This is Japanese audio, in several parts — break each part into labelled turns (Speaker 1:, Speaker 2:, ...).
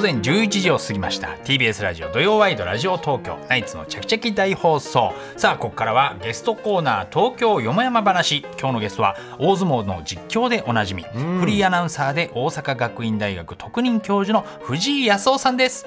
Speaker 1: 前11時を過ぎました TBS ラジオ土曜ワイドラジオ東京ナイツのチャキチャキ大放送さあここからはゲストコーナー東京よもやま話今日のゲストは大相撲の実況でおなじみフリーアナウンサーで大阪学院大学特任教授の藤井康夫さんです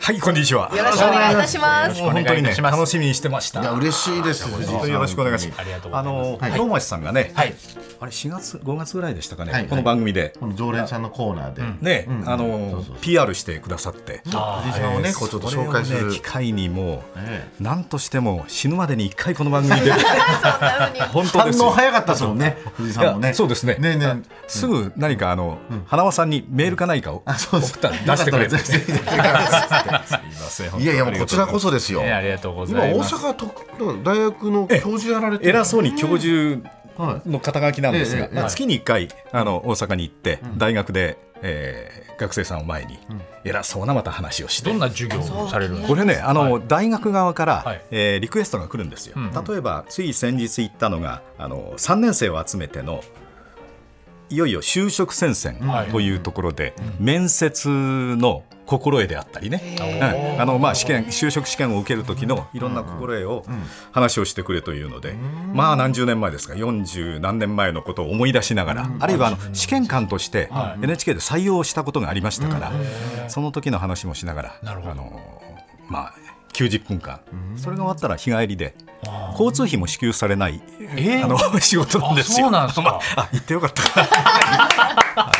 Speaker 2: はい、こんにちは。
Speaker 3: よろしくお願いいたします。
Speaker 2: もう本当
Speaker 1: お
Speaker 2: に
Speaker 1: 願いいた
Speaker 2: ね、
Speaker 1: します
Speaker 2: 楽しみにしてまし
Speaker 4: いや
Speaker 2: た。
Speaker 4: 嬉しいです。
Speaker 2: 本当によろしくお願いします。
Speaker 1: ありがとうござい
Speaker 2: あ
Speaker 1: ます
Speaker 2: の、能町さんがね、
Speaker 1: はい
Speaker 2: あれ4月5月ぐらいでしたかね、
Speaker 4: はい
Speaker 2: この番組で。
Speaker 4: この常連さんのコーナーで、
Speaker 2: ね、
Speaker 4: ん
Speaker 2: あ
Speaker 4: そ
Speaker 2: の
Speaker 4: うそうそう
Speaker 2: PR してくださって、
Speaker 4: 藤井さんをね、こうちょっと紹介す
Speaker 2: これを
Speaker 4: る
Speaker 2: ね、機会にもう、
Speaker 4: え
Speaker 2: なんとしても死ぬまでに一回この番 組
Speaker 3: そ
Speaker 2: で
Speaker 3: んな風に
Speaker 2: 本当
Speaker 4: 反
Speaker 2: です
Speaker 4: 応
Speaker 2: よ。
Speaker 4: 早かったですもんね、藤井さんも
Speaker 2: い
Speaker 4: ね。
Speaker 2: やそうですね
Speaker 4: ねね、
Speaker 2: すぐ何かあの、花輪さんにメールか何かを 送
Speaker 4: そうです
Speaker 2: ったら出してくれて、
Speaker 4: よかったですぜひぜひ
Speaker 2: すいません
Speaker 4: いやいや、もうこちらこ。
Speaker 2: 本当にありがとうございます
Speaker 4: そですよ。
Speaker 1: えーありがとうご
Speaker 4: 今
Speaker 1: ざい
Speaker 4: 大
Speaker 1: ます
Speaker 4: 阪と大学の教授やられてる
Speaker 2: 偉そうに教授
Speaker 4: はい
Speaker 2: の肩書きなんですが、
Speaker 4: ええええ
Speaker 2: 月に1回あの大阪に行って、大学で、えー学生さんを前に偉そうなまた話をして。
Speaker 1: どんな授業をされるんです
Speaker 2: こ
Speaker 1: か
Speaker 2: れねあの、大学側から、
Speaker 1: はい
Speaker 2: えーリクエストが来るんですよ、
Speaker 1: うんうん
Speaker 2: 例えばつい先日行ったのがあの3年生を集めてのいよいよ就職戦線
Speaker 1: はい
Speaker 2: というところで、面接の心得であったりね、うんあのまあ、試験就職試験を受ける時のいろんな心得を話をしてくれというので、まあ何十年前ですか40何年前のことを思い出しながら、あるいはあの試験官として
Speaker 1: はい
Speaker 2: NHK で採用したことがありましたから、その時の話もしながら
Speaker 1: なるほど
Speaker 2: あのまあ90分間、それが終わったら日帰りで交通費も支給されない、
Speaker 1: えー
Speaker 2: あの 仕事なんですよ。
Speaker 1: あそうなんですか
Speaker 2: まああ行ってよか った。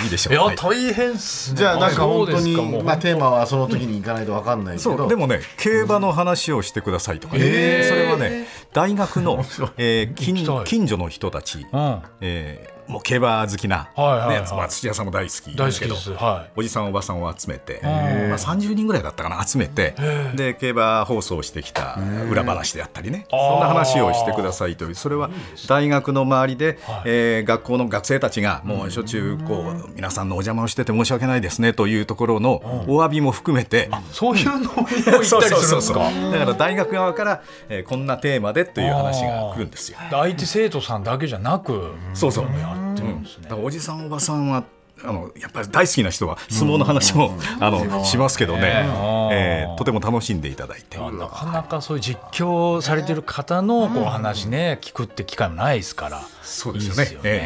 Speaker 2: いいでしょ。
Speaker 1: いうや
Speaker 2: はい
Speaker 1: 大変っすね
Speaker 4: じゃあなんか本当
Speaker 1: そうですか
Speaker 4: に
Speaker 1: もう
Speaker 4: まあテーマはその時に行かないとわかんないけど、
Speaker 2: そうでもね競馬の話をしてくださいとかね、
Speaker 1: えー
Speaker 2: それはね大 学の、えー近
Speaker 1: 行きたい
Speaker 2: 近所の人たち、
Speaker 1: うん
Speaker 2: えーもう競馬好きな、
Speaker 1: はいはいはい
Speaker 2: ねまあ、土屋さんも大好き
Speaker 1: 大
Speaker 2: で
Speaker 1: 好
Speaker 2: す
Speaker 1: き
Speaker 2: け
Speaker 1: で
Speaker 2: ど
Speaker 1: すは
Speaker 2: おじさんおばさんを集めて、
Speaker 1: ー
Speaker 2: まあ、30人ぐらいだったかな集めてで競馬放送してきた裏話であったりね
Speaker 1: あー
Speaker 2: そんな話をしてくださいというそれは大学の周りで、
Speaker 1: はい
Speaker 2: えー学校の学生たちがもうしょっちゅうこう皆さんのお邪魔をしてて申し訳ないですねというところのお詫びも含めて、
Speaker 1: いそういうのを行ったりするんですか
Speaker 2: だから大学側から、えーこんなテーマでという話が来るんですよ。
Speaker 1: 相手生徒さんだけじゃなく
Speaker 2: そうそう。
Speaker 1: やってるんですね
Speaker 2: だからおじさんおばさんはあのやっぱり大好きな人は相撲の話も、あのしますけどね、えーとても楽しんでいただいて。
Speaker 1: なかなかそういう実況されてる方のこう話ね、聞くって機会もないですから、
Speaker 2: そう
Speaker 1: い
Speaker 2: で
Speaker 1: い
Speaker 2: す
Speaker 1: で
Speaker 2: よ
Speaker 1: す
Speaker 2: ね
Speaker 1: よ
Speaker 2: え
Speaker 1: ね。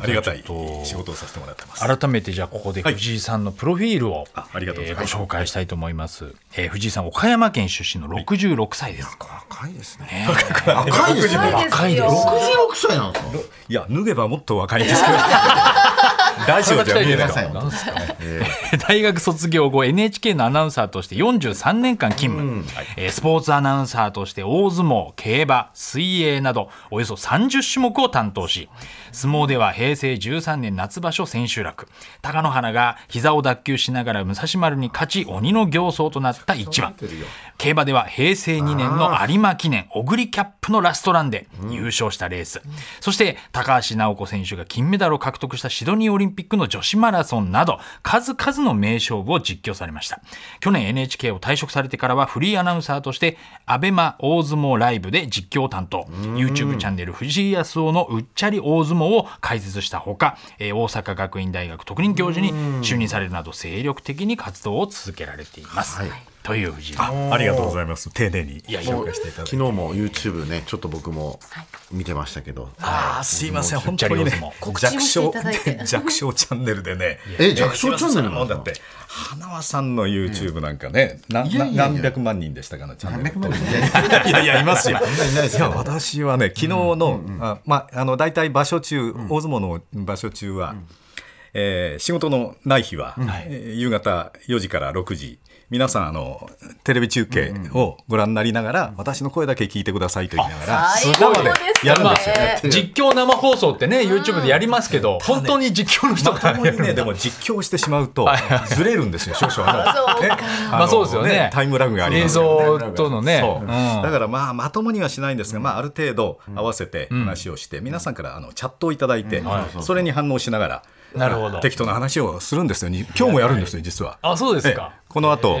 Speaker 2: えありがたい
Speaker 1: ちょっと
Speaker 2: 仕事をさせてもらってます。
Speaker 1: 改めてじゃあここで藤井さんのプロフィールを、
Speaker 2: あありがとうござい
Speaker 1: え
Speaker 2: ます
Speaker 1: ーご紹介したいと思います、えー藤井さん岡山県出身の66歳です、
Speaker 4: 若いですね。
Speaker 1: ね
Speaker 4: 若いですね。
Speaker 1: 若いです
Speaker 4: 六十六歳なんですか。
Speaker 2: いや脱げばもっと若いんです けどラジオじゃ見えないかも
Speaker 1: なんですか 大学卒業後 NHK のアナウンサーとして43年間勤務、えースポーツアナウンサーとして大相撲競馬水泳などおよそ30種目を担当し相撲では平成13年夏場所千秋楽貴乃花が膝を脱臼しながら武蔵丸に勝ち鬼の形相となった一番競馬では平成2年の有馬記念小栗キャップのラストランで優勝したレース、そして高橋尚子選手が金メダルを獲得したシドニーオリンピックの女子マラソンなど数々の名勝負を実況されました去年 NHK を退職されてからはフリーアナウンサーとしてアベマ大相撲ライブで実況を担当 YouTube チャンネル藤井康夫のうっちゃり大相撲を開設したほか、えー大阪学院大学特任教授に就任されるなど精力的に活動を続けられています、という藤井さん
Speaker 2: ありがとうございます丁寧に
Speaker 1: いやいや
Speaker 2: 紹介していただい
Speaker 4: 昨
Speaker 2: て
Speaker 4: 日も YouTube ね、ちょっと僕も見てましたけど。
Speaker 2: ああすいません
Speaker 1: もう
Speaker 2: 本当に
Speaker 1: ジャリオ
Speaker 2: ね
Speaker 1: ス
Speaker 3: も告知も
Speaker 2: 弱小
Speaker 3: していただいて
Speaker 2: 弱小チャンネルでね
Speaker 4: え弱小チャンネルな
Speaker 2: も
Speaker 4: の
Speaker 2: だって花輪さんの YouTube なんかねなな何百万人でしたかのチャンネル
Speaker 4: 万人
Speaker 2: いやいやいますよ
Speaker 4: そんなにいないです
Speaker 2: い
Speaker 4: よ
Speaker 2: や私はね昨日のあまああの大体場所中大相撲の場所中はえー仕事のない日は、えー夕方4時から6時皆さんあのテレビ中継をご覧になりながら、私の声だけ聞いてくださいと言いながら
Speaker 3: 最
Speaker 2: 生
Speaker 3: 高
Speaker 2: で
Speaker 3: です
Speaker 2: やるん
Speaker 3: ね
Speaker 2: ですよ。
Speaker 1: 実況生放送ってね YouTube でやりますけど、本当に実況の人
Speaker 2: まと
Speaker 1: が
Speaker 2: もにね、でも実況してしまうと、ずれるんですよ、少々あの。ね
Speaker 1: まあそうですよね
Speaker 2: タイムラグがあり
Speaker 1: 映
Speaker 2: ますから
Speaker 1: 像とのね
Speaker 2: そうう、
Speaker 1: ん
Speaker 2: だからまあまともにはしないんですが、まあ、ある程度合わせて話をして、皆さんからあのチャットをいただいて、それに反応しながら
Speaker 1: なるほど
Speaker 2: 適当な話をするんですよに今日もやるんですよ実は。
Speaker 1: あそうです
Speaker 2: え
Speaker 1: か
Speaker 2: えこの後、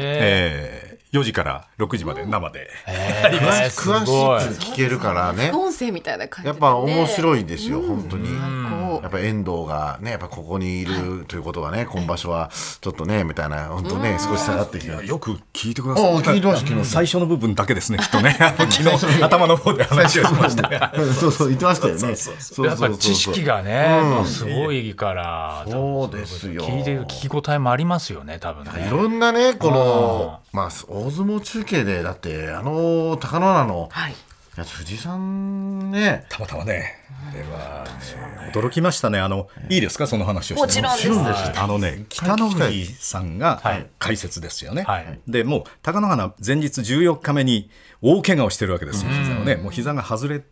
Speaker 1: へ
Speaker 2: ええ4時から6時まで生で、
Speaker 4: 詳し
Speaker 1: す
Speaker 4: 詳し
Speaker 1: ごい
Speaker 4: いって聞けるからね
Speaker 3: 音声みたいな感じでね、
Speaker 4: やっぱ面白
Speaker 3: い
Speaker 4: いですよ、本当に。
Speaker 3: こ
Speaker 4: やっぱ遠藤がね、やっぱここにいるということはね、今場所はちょっとね、みたいな、本当ね、少し下がってきた。
Speaker 2: よく聞いてくださ
Speaker 4: お
Speaker 2: い
Speaker 4: お、聞いてました、昨日。
Speaker 2: 最初の部分だけですねきっとねあの昨日頭の方で話をしました
Speaker 4: そうそう、言ってましたよね。そう
Speaker 1: やっぱ知識。がね、もうすごいから、
Speaker 4: そうですよ。
Speaker 1: 多分聞いてる聞き応えもありますよね、多分
Speaker 4: い
Speaker 1: ね。
Speaker 4: ろんなね、この、まあ、大相撲中継で、だって、あの、高野菜の、
Speaker 3: はい
Speaker 4: やつ、藤井さんね、
Speaker 2: たまたまねあれはね驚きましたねあのいいですかその話をして
Speaker 3: もちろんです
Speaker 2: はいあのね北の富さんが解説ですよね、
Speaker 1: はい
Speaker 2: でもう貴乃花前日14日目に大怪我をしてるわけですよ、膝をねもう膝が外れ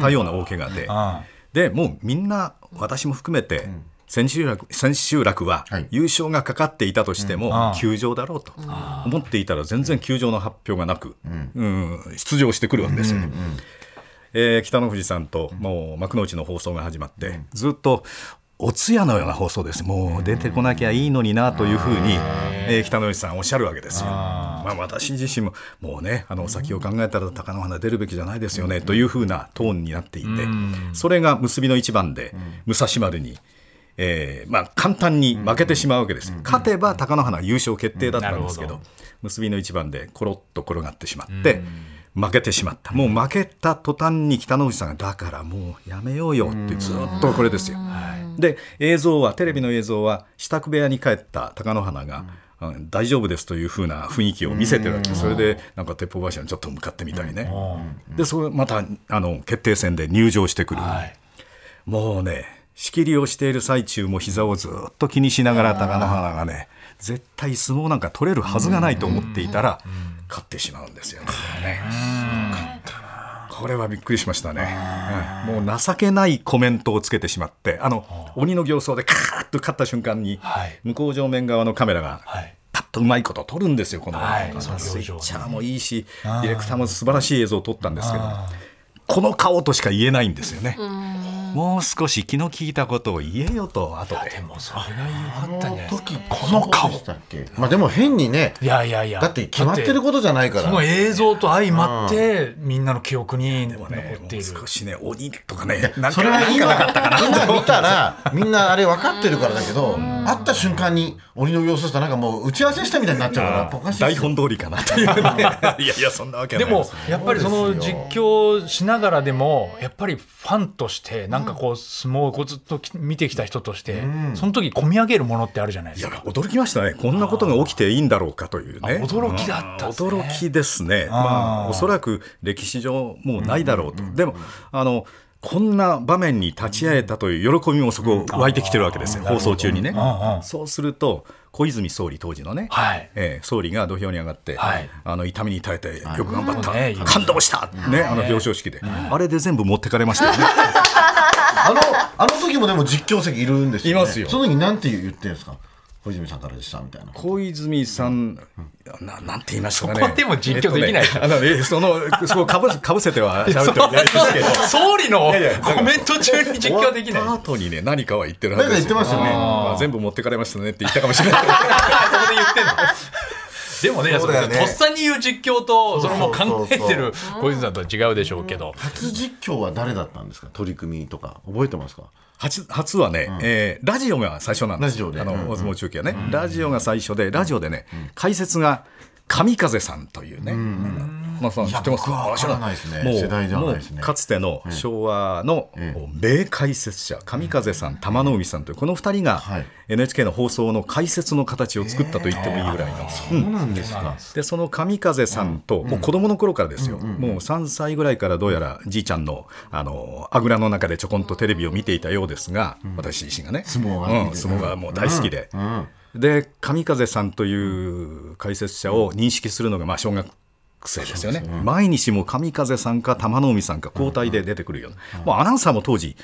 Speaker 2: たような大怪我で、でもうみんな私も含めて、千秋楽千秋楽は
Speaker 4: はい
Speaker 2: 優勝がかかっていたとしても、
Speaker 1: あー
Speaker 2: 休場だろうと思っていたら全然休場の発表がなく、うん出場してくるわけですよ、ねえー北の富士さんともう幕内の放送が始まって、ずっとお通夜のような放送ですもう出てこなきゃいいのになというふうに、えー北の富士さんおっしゃるわけですよ。まあ、私自身ももうねあの先を考えたら貴乃花出るべきじゃないですよねというふうなトーンになっていて、それが結びの一番で武蔵丸に。えーまあ、簡単に負けてしまうわけです、勝てば貴乃花優勝決定だったんですけ
Speaker 1: なる
Speaker 2: ど
Speaker 1: ほど
Speaker 2: 結びの一番でコロッと転がってしまって、負けてしまったもう負けた途端に北の富士さんがだからもうやめようよってずっとこれですよ。で映像はテレビの映像は支度部屋に帰った貴乃花が、うん大丈夫ですというふうな雰囲気を見せてるわけそれでなんか鉄砲柱にちょっと向かってみたりね、でそれまたあの決定戦で入場してくる、
Speaker 1: はい
Speaker 2: もうね仕切りをしている最中も膝をずっと気にしながら貴乃花がね絶対相撲なんか取れるはずがないと思っていたら勝ってしまうんですよね。ねこれはびっくりしましたね、うんもう情けないコメントをつけてしまってあの鬼の形相でカーッと勝った瞬間に、
Speaker 1: はい
Speaker 2: 向こう正面側のカメラが
Speaker 1: はい
Speaker 2: パッとうまいこと撮るんですよこの、
Speaker 1: はい
Speaker 2: この
Speaker 1: その
Speaker 2: スイ
Speaker 1: 表情
Speaker 2: ッチャーもいいしディレクターも素晴らしい映像を撮ったんですけどこの顔としか言えないんですよね。もう少し気の利いたことを言えよと後で
Speaker 1: でもそれが良かったんじゃないですか。
Speaker 4: 時
Speaker 2: この顔
Speaker 4: そうでしたっけまあ、でも変にね、
Speaker 1: いやいやいや。
Speaker 4: だって決まってることじゃないか
Speaker 1: その
Speaker 4: ら。
Speaker 1: 映像と相まって、みんなの記憶に残
Speaker 2: ね
Speaker 1: っている
Speaker 2: もう。少しね鬼とかねなん
Speaker 4: それ
Speaker 2: か
Speaker 4: は
Speaker 2: なんか
Speaker 4: 今
Speaker 2: なかったかな
Speaker 4: 今見たらみんなあれ分かってるからだけど会った瞬間に鬼の様子したらなんかもう打ち合わせしたみたいになっちゃうからやっぱおかしい
Speaker 2: 台
Speaker 4: ですよ
Speaker 2: 本通りかなとい うねいやいやそんなわけは
Speaker 1: で
Speaker 2: ない
Speaker 1: も
Speaker 2: す
Speaker 1: やっぱりその実況しながらでもやっぱりファンとしてなんかこう相撲をこうずっと見てきた人としてその時込み上げるものってあるじゃないで
Speaker 2: い
Speaker 1: す
Speaker 2: や
Speaker 1: か。
Speaker 2: 驚きましたねこんなことが起きていいんだろうかというね
Speaker 1: あ驚きだったんですね
Speaker 2: うん驚きですねまあおそらく歴史上もうないだろうと、でもあのこんな場面に立ち会えたという喜びもそこ湧いてきてるわけですよ、放送中にね、
Speaker 1: うんうん
Speaker 2: そうすると小泉総理当時のね、
Speaker 1: はい
Speaker 2: えー総理が土俵に上がって、
Speaker 1: はい
Speaker 2: あの痛みに耐えてよく頑張った、
Speaker 1: はいうんね
Speaker 2: 感動した、ねあの表彰式で、あれで全部持ってかれました よね
Speaker 4: あのあの時もでも実況席いるんですよ、ね、
Speaker 2: いますよ
Speaker 4: その時なんて言ってるんですか小泉さんからでしたみたいな
Speaker 2: 小泉さん、ななんて言いましたかね。
Speaker 1: そこでも実況できないでしょ
Speaker 2: えっとねあのえそのそこかぶせかぶせては喋ってもいないですけど。
Speaker 1: 総理の
Speaker 2: いやいや
Speaker 1: コメント中に実況できない
Speaker 2: 終わ。った後にね何かは言ってるはずです
Speaker 4: なんか言ってましたよね
Speaker 2: まあ全部持ってかれましたねって言ったかもしれ ない。
Speaker 1: そこで言ってんの。でもね
Speaker 4: そうだよね
Speaker 1: そのとっさに言う実況とそれもう考えてる
Speaker 4: そうそう
Speaker 1: 小泉さんとは違うでしょうけど。
Speaker 4: 初実況は誰だったんですか取り組みとか覚えてますか
Speaker 2: 初初はね、えーラジオが最初なんです
Speaker 4: ラジオで
Speaker 2: あの、
Speaker 4: うん
Speaker 2: 大相撲中継はね、ラジオが最初でラジオでね、解説が神風さんというね、まあその知ってます
Speaker 4: いや僕は分からないですね
Speaker 2: もう
Speaker 4: 世代じゃないですね
Speaker 2: もうかつての昭和の名解説者神風さん玉の海さんというこの2人が
Speaker 4: はい
Speaker 2: NHK の放送の解説の形を作ったと言ってもいいぐらいの、うん
Speaker 4: そうなんですか
Speaker 2: でその神風さんと、もう子供の頃からですよ、もう3歳ぐらいからどうやらじいちゃんのあのあぐらの中でちょこんとテレビを見ていたようですが、私自身がね
Speaker 4: 相撲が
Speaker 2: うん相撲がもう大好きで、
Speaker 4: うん
Speaker 2: で神風さんという解説者を認識するのがまあ小学生ですよね、毎日もう神風さんか玉の海さんか交代で出てくるような、もうアナウンサーも当時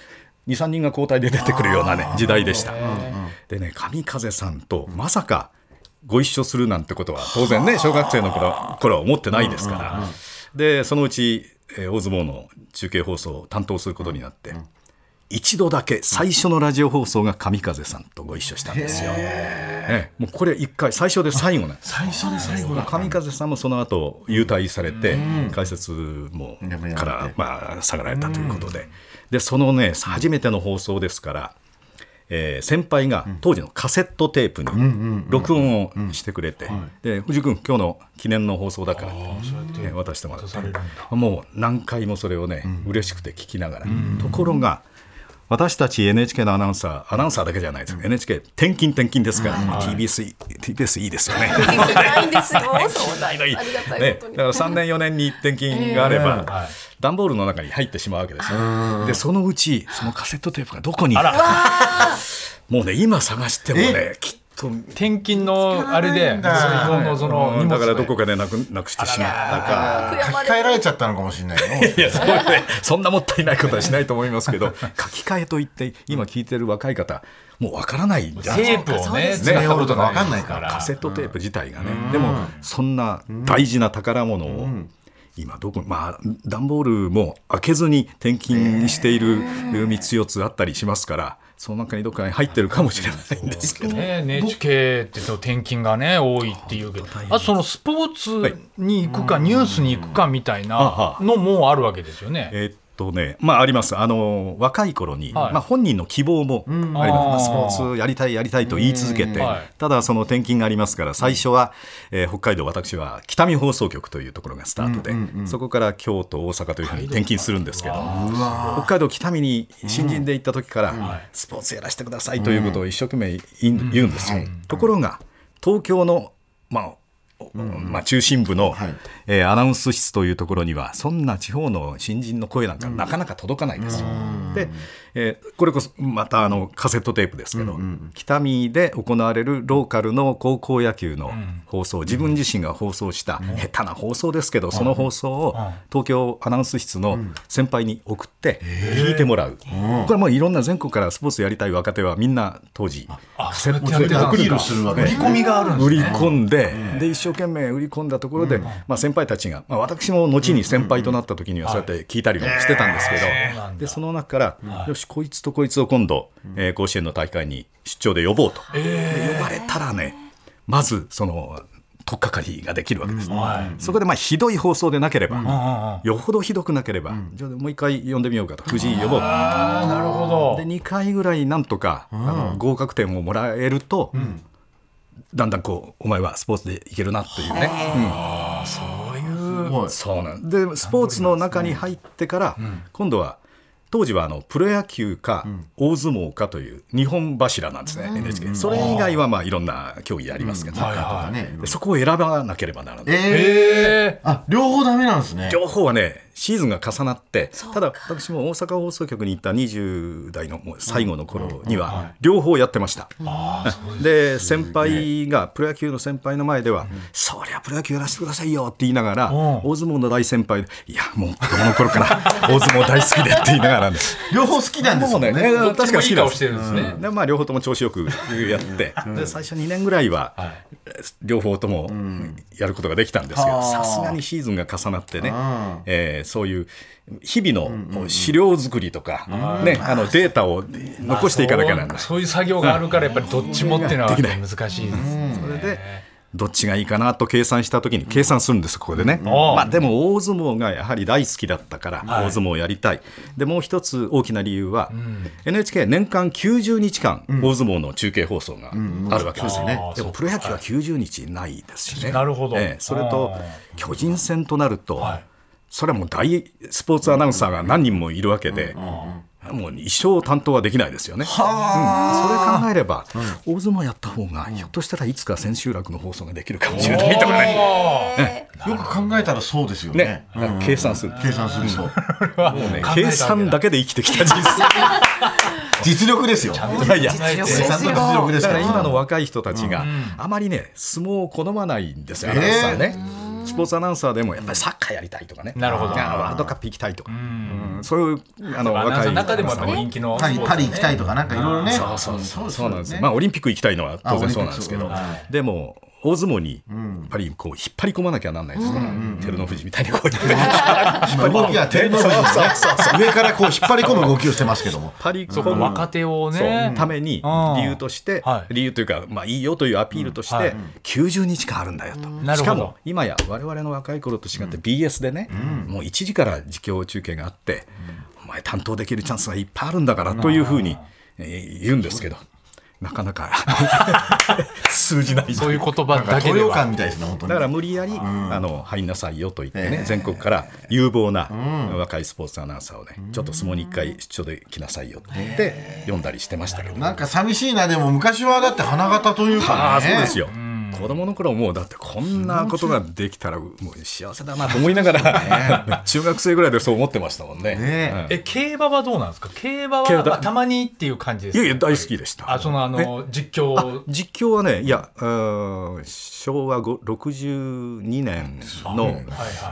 Speaker 2: 23人が交代で出てくるようなね時代でした、でね神風さんとまさかご一緒するなんてことは当然ね小学生の頃頃は思ってないですから、でそのうち、えー大相撲の中継放送を担当することになって、一度だけ最初のラジオ放送が神風さんとご一緒したんですよ。ええもうこれ1回最初で最後なんです
Speaker 4: 最初で最後だ
Speaker 2: 神風さんもその後優退されて、解説も
Speaker 4: やめられて
Speaker 2: から、まあ、下がられたということで,、でそのね初めての放送ですから、えー先輩が当時のカセットテープに録音をしてくれて「で藤君今日の記念の放送だから」ってえー渡してもらってもう何回もそれをね嬉しくて聞きながらところが私たち NHK のアナウンサーアナウンサーだけじゃないです NHK 転勤転勤ですから TBS TBS いいですよ ね。
Speaker 3: ないんですよ。そうだ。ありがたい
Speaker 2: ね、
Speaker 3: こと
Speaker 2: だ
Speaker 3: に。
Speaker 2: から3年4年に転勤があれば、
Speaker 1: え
Speaker 2: 段ボールの中に入ってしまうわけですよでそのうちそのカセットテープがどこにもうね今探してもねきっと
Speaker 1: 転勤のあれで、そこのその
Speaker 2: う
Speaker 1: 荷物
Speaker 2: んだからどこかでなくなくしてしまったか
Speaker 4: 書き換えられちゃったのかもしれないよ
Speaker 2: いやそうねそんなもったいないことはしないと思いますけど書き換えといって今聞いてる若い方もうわからないんじゃない
Speaker 1: テープをね、
Speaker 4: ね
Speaker 1: 使ったことが
Speaker 4: わかんないから
Speaker 2: カセットテープ自体がね、でもそんな大事な宝物を、今どこまあ段ボールも開けずに転勤している3つ4つあったりしますからその中にどっかに入ってるかもしれないんですけど。
Speaker 1: ね、NHK ってと転勤がね多いっていうけどあとそのスポーツに行くかニュースに行くかみたいなのもあるわけですよね。
Speaker 2: えっとねまあ、ありますあの若い頃に、
Speaker 1: はい
Speaker 2: まあ、本人の希望もあります、ま
Speaker 1: あー
Speaker 2: あスポーツやりたいやりたいと言い続けて、
Speaker 1: はい
Speaker 2: ただその転勤がありますから最初は、えー北海道私は北見放送局というところがスタートで、そこから京都大阪というふうに転勤するんですけど北海道北見に新人で行った時から、スポーツやらせてくださいということを一生懸命言うん言うんですよ、ところが東京の、まあおまあ、中心部の、
Speaker 4: はい
Speaker 2: えーアナウンス室というところにはそんな地方の新人の声なんかなかなか届かないですよ。で、えーこれこそまたあのカセットテープですけど、北見で行われるローカルの高校野球の放送、自分自身が放送した、下手な放送ですけどその放送を東京アナウンス室の先輩に送って聞いてもらう、これはもういろんな全国からスポーツやりたい若手はみんな当時カセットテープで
Speaker 4: ア
Speaker 2: 送
Speaker 4: ク
Speaker 2: り
Speaker 4: リルするわけ
Speaker 1: 込みがあるん
Speaker 2: 売り込んで、で一生懸命売り込んだところで、まあ、先輩たちが、まあ、私も後に先輩となった時にはそうやって聞いたりもしてたんですけど、でその中から、よしこいつとこいつを今度、えー甲子園の大会に出張で呼ぼうと、で呼ばれたらねまずその取っかかりができるわけです、そこでまあひどい放送でなければ、よほどひどくなければ、じゃあもう一回呼んでみようかと藤井呼ぼうと。
Speaker 1: あなるほど
Speaker 2: で2回ぐらいなんとか、あの合格点をもらえると、だんだんこうお前はスポーツでいけるなっていうね、うんそうなんでスポーツの中に入ってから、今度は当時はあのプロ野球か大相撲かという日本柱なんですね、NHK それ以外はまあいろんな競技ありますけど、
Speaker 1: はい
Speaker 4: ね
Speaker 2: でそこを選ばなければならない。
Speaker 4: えー
Speaker 1: え
Speaker 4: あ両方ダメなんですね
Speaker 2: 両方はねシーズンが重なってただ私も大阪放送局に行った20代のもう最後の頃には両方やってました、で先輩がプロ野球の先輩の前では「そりゃプロ野球やらせてくださいよ」って言いながら
Speaker 1: ん
Speaker 2: 大相撲の大先輩「いやもう子供の頃から大相撲大好きで」って言いながらね
Speaker 4: 両方好きなんです
Speaker 2: も
Speaker 4: よ
Speaker 2: うね
Speaker 4: ね
Speaker 2: ね確かに
Speaker 1: どっちも
Speaker 2: 好きなん
Speaker 1: いい顔してるんですね
Speaker 2: うんでまあ両方とも調子よくやって、で最初2年ぐらいは、両方ともやることができたんですけどさすがにシーズンが重なってね、えーそういう日々の資料作りとか、ね、あのデータを残していかなきゃならない。
Speaker 1: そういう作業があるからやっぱりどっちもっていうのは難しいです
Speaker 2: それでどっちがいいかなと計算した時に計算するんですここでね、
Speaker 1: おう
Speaker 2: まあ、でも大相撲がやはり大好きだったから大相撲をやりたい、でもう一つ大きな理由は、NHK 年間90日間大相撲の中継放送があるわけですよね、
Speaker 1: うんうん
Speaker 2: でもプロ野球は90日ないですしね
Speaker 1: なるほど
Speaker 2: ええそれと
Speaker 1: あー
Speaker 2: 巨人戦となると、
Speaker 1: はい
Speaker 2: それはもう大スポーツアナウンサーが何人もいるわけで、もう一生担当はできないですよね。うんそれ考えれば、大相撲やった方がひょっとしたらいつか千秋楽の放送ができるかもしれないとかね
Speaker 4: よく考えたらそうですよね
Speaker 2: ね、計算する、
Speaker 4: 計算すると
Speaker 2: もう
Speaker 1: 考え
Speaker 2: ね
Speaker 1: たわけだ
Speaker 2: 計算だけで生きてきた人生
Speaker 4: 実力ですよ
Speaker 2: いやいや
Speaker 1: ね。
Speaker 4: 計算の実力です
Speaker 2: だ
Speaker 4: か
Speaker 2: からら今の若い人たちがあまりね相撲を好まないんですよ、アナウンサーね。スポーツアナウンサーでもやっぱりサッカーやりたいとかね、
Speaker 1: なるほど
Speaker 2: いやワールドカップ行きたいとか、うんそういうあの
Speaker 1: アナウン
Speaker 2: 若
Speaker 1: サー
Speaker 2: い
Speaker 1: の中でもやっぱ人気の
Speaker 4: パリパリ行きたい
Speaker 1: と
Speaker 4: とかなんかいろいろね
Speaker 2: そうそうそうそうなんですよ
Speaker 4: ね
Speaker 2: まあオリンピック行きたいのは当然そうなんですけ
Speaker 4: あ
Speaker 2: ど
Speaker 4: オリンピック
Speaker 2: でも大相撲にやっぱりこう引っ張り込まなきゃなんないですから、照ノ富士みたいにこう引っ張り
Speaker 4: 今動きは照ノ富士のね上からこう引っ張り込む動きをしてますけども。
Speaker 1: そう
Speaker 2: 込
Speaker 1: か
Speaker 2: む
Speaker 1: 若手を
Speaker 2: そう
Speaker 1: ね
Speaker 2: ために
Speaker 1: うん
Speaker 2: 理由として、
Speaker 1: はい
Speaker 2: 理由というか、まあ、いいよというアピールとして、
Speaker 1: はい
Speaker 2: 90日間あるんだよ
Speaker 1: な
Speaker 2: と、
Speaker 1: るほど
Speaker 2: しかも今や我々の若い頃と違って BS でね、もう1時から実況中継があって、お前担当できるチャンスがいっぱいあるんだからというふうに、えー言うんですけどなかなか 数字ない
Speaker 1: そういう言葉
Speaker 4: なんか
Speaker 1: だけ
Speaker 4: 東
Speaker 1: で
Speaker 4: 洋
Speaker 1: は
Speaker 4: 館みたいですね、本当に
Speaker 2: だか。ら無理やり、あの入んなさいよと言ってね、全国から有望な若いスポーツアナウンサーをね、ちょっと相撲に一回出張で来なさいよって言って、読んだりしてましたけどね
Speaker 4: なんか寂しいな、でも昔はだって花形という
Speaker 2: あ
Speaker 4: か
Speaker 2: あ
Speaker 4: ね。
Speaker 2: そうですよ、子供の頃もうだってこんなことができたらもう幸せだなと思いながら中学生ぐらいでそう思ってましたもんね
Speaker 4: ね
Speaker 1: え競馬はどうなんですか競馬
Speaker 2: 競
Speaker 1: は
Speaker 2: 馬
Speaker 1: まあたまにっていう感じです
Speaker 2: うん
Speaker 1: か
Speaker 2: いやいや大好きでした
Speaker 1: あそのあの実況
Speaker 2: 実況はねいやうーん昭和ご62年の、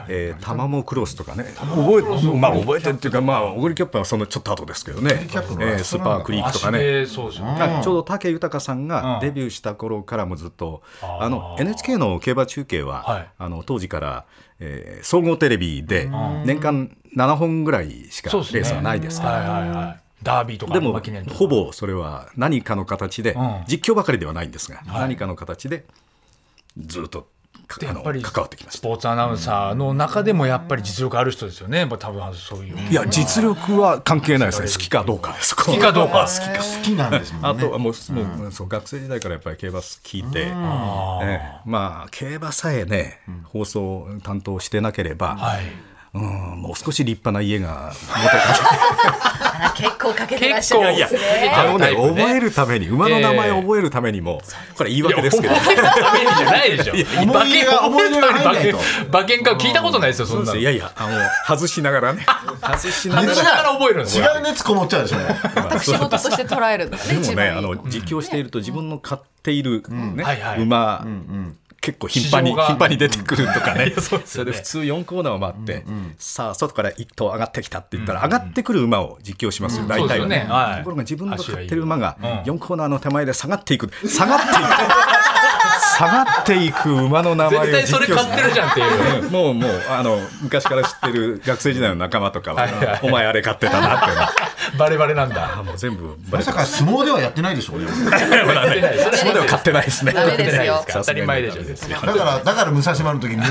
Speaker 2: えー、タマモクロスとかね覚え,、まあ、覚えてるっていうかまあオグリキャップはそのちょっと後ですけどね、え
Speaker 4: キャップのラストなん
Speaker 2: ースーパ
Speaker 4: だ
Speaker 2: ークリークとか
Speaker 1: 足
Speaker 2: ね
Speaker 1: でそうですよね
Speaker 2: ちょうど武豊さんが
Speaker 1: うん
Speaker 2: デビューした頃からもずっと、
Speaker 1: あー
Speaker 2: あの NHK の競馬中継は、
Speaker 1: はい
Speaker 2: あの当時から、えー総合テレビで年間7本ぐらいしかレ
Speaker 1: そうですね
Speaker 2: ースはないですから。
Speaker 1: はいはいはいダービーとか
Speaker 2: でも
Speaker 1: マキネンとか
Speaker 2: ほぼそれは何かの形
Speaker 1: ん
Speaker 2: で、実況ばかりではないんですが、何かの形でずっとかあ
Speaker 1: や
Speaker 2: の
Speaker 1: っぱり
Speaker 2: 関わってきまし
Speaker 1: ス
Speaker 2: た。
Speaker 1: ポーツアナウンサーの中でもやっぱり実力ある人ですよねやっぱ多分そういう
Speaker 2: いや実力は関係ないですね好きかどうかです好
Speaker 1: きかどうか
Speaker 2: 好きか
Speaker 4: 好きなんですも
Speaker 2: あ
Speaker 4: んね。
Speaker 2: とはもう,、もうそう学生時代からやっぱり競馬好きで、ええまあ競馬さえね、放送を担当してなければ、
Speaker 1: はい
Speaker 2: うん、もう少し立派な家が
Speaker 3: あ結構かけてらっしゃるんですね。
Speaker 2: あの
Speaker 1: タ
Speaker 2: ね
Speaker 1: イプね
Speaker 2: 覚えるために馬の名前を覚えるためにも、これ言い
Speaker 1: いや
Speaker 2: 訳ですけど。
Speaker 1: 覚えるためにじゃないでしょ
Speaker 4: 思い入れが思い入れが入ん
Speaker 1: 馬
Speaker 4: ない
Speaker 1: 券
Speaker 4: と
Speaker 1: 馬券か聞いたことないですよそんなの
Speaker 2: いやいや、あの、外しながらね。外しなが
Speaker 4: 熱
Speaker 1: だ
Speaker 2: ら。
Speaker 1: から覚えるんです
Speaker 4: 違
Speaker 1: よ
Speaker 4: う熱こもっちゃうでしょうね。
Speaker 3: 私仕事として捉えるんです
Speaker 2: で
Speaker 3: ね。
Speaker 2: も
Speaker 3: 一
Speaker 2: ね、
Speaker 3: 番い
Speaker 2: あ
Speaker 3: い
Speaker 2: の、実況していると自分の飼っている、ね
Speaker 1: はいはい
Speaker 2: 馬、結構頻繁に、
Speaker 1: 市場が
Speaker 2: 頻繁に出てくるとかね。
Speaker 1: そうです
Speaker 2: そ
Speaker 1: よ
Speaker 2: れで
Speaker 1: ね
Speaker 2: 普通4コーナーを回って、さあ、外から1頭上がってきたって言ったら、上がってくる馬を実況しますよ、大体は
Speaker 1: そうですよねはい
Speaker 2: ところが自分の飼って
Speaker 1: 足がい
Speaker 2: る
Speaker 1: い
Speaker 2: 馬が
Speaker 1: う
Speaker 2: 4コーナーの手前で下がっていく、下がっていく、下がっていく馬の名前を
Speaker 1: 絶対そ
Speaker 2: 実況
Speaker 1: れ
Speaker 2: する
Speaker 1: 買ってるじゃんっていう
Speaker 2: うん もうもうあの昔から知ってる学生時代の仲間とかは
Speaker 1: はいはい
Speaker 2: お前あれ買ってたなってな
Speaker 1: バレバレなん だ
Speaker 2: あもう全部バ
Speaker 4: ま
Speaker 2: レ
Speaker 4: さ
Speaker 2: て
Speaker 4: か相撲ではやってないでしょうね。
Speaker 1: 買ってないです
Speaker 2: それでは買ってないですね
Speaker 3: ダメですよ
Speaker 2: 買
Speaker 1: 当
Speaker 2: ってない
Speaker 1: たり前でしょ
Speaker 2: ですよ
Speaker 4: だから、だから武蔵丸の時に無言、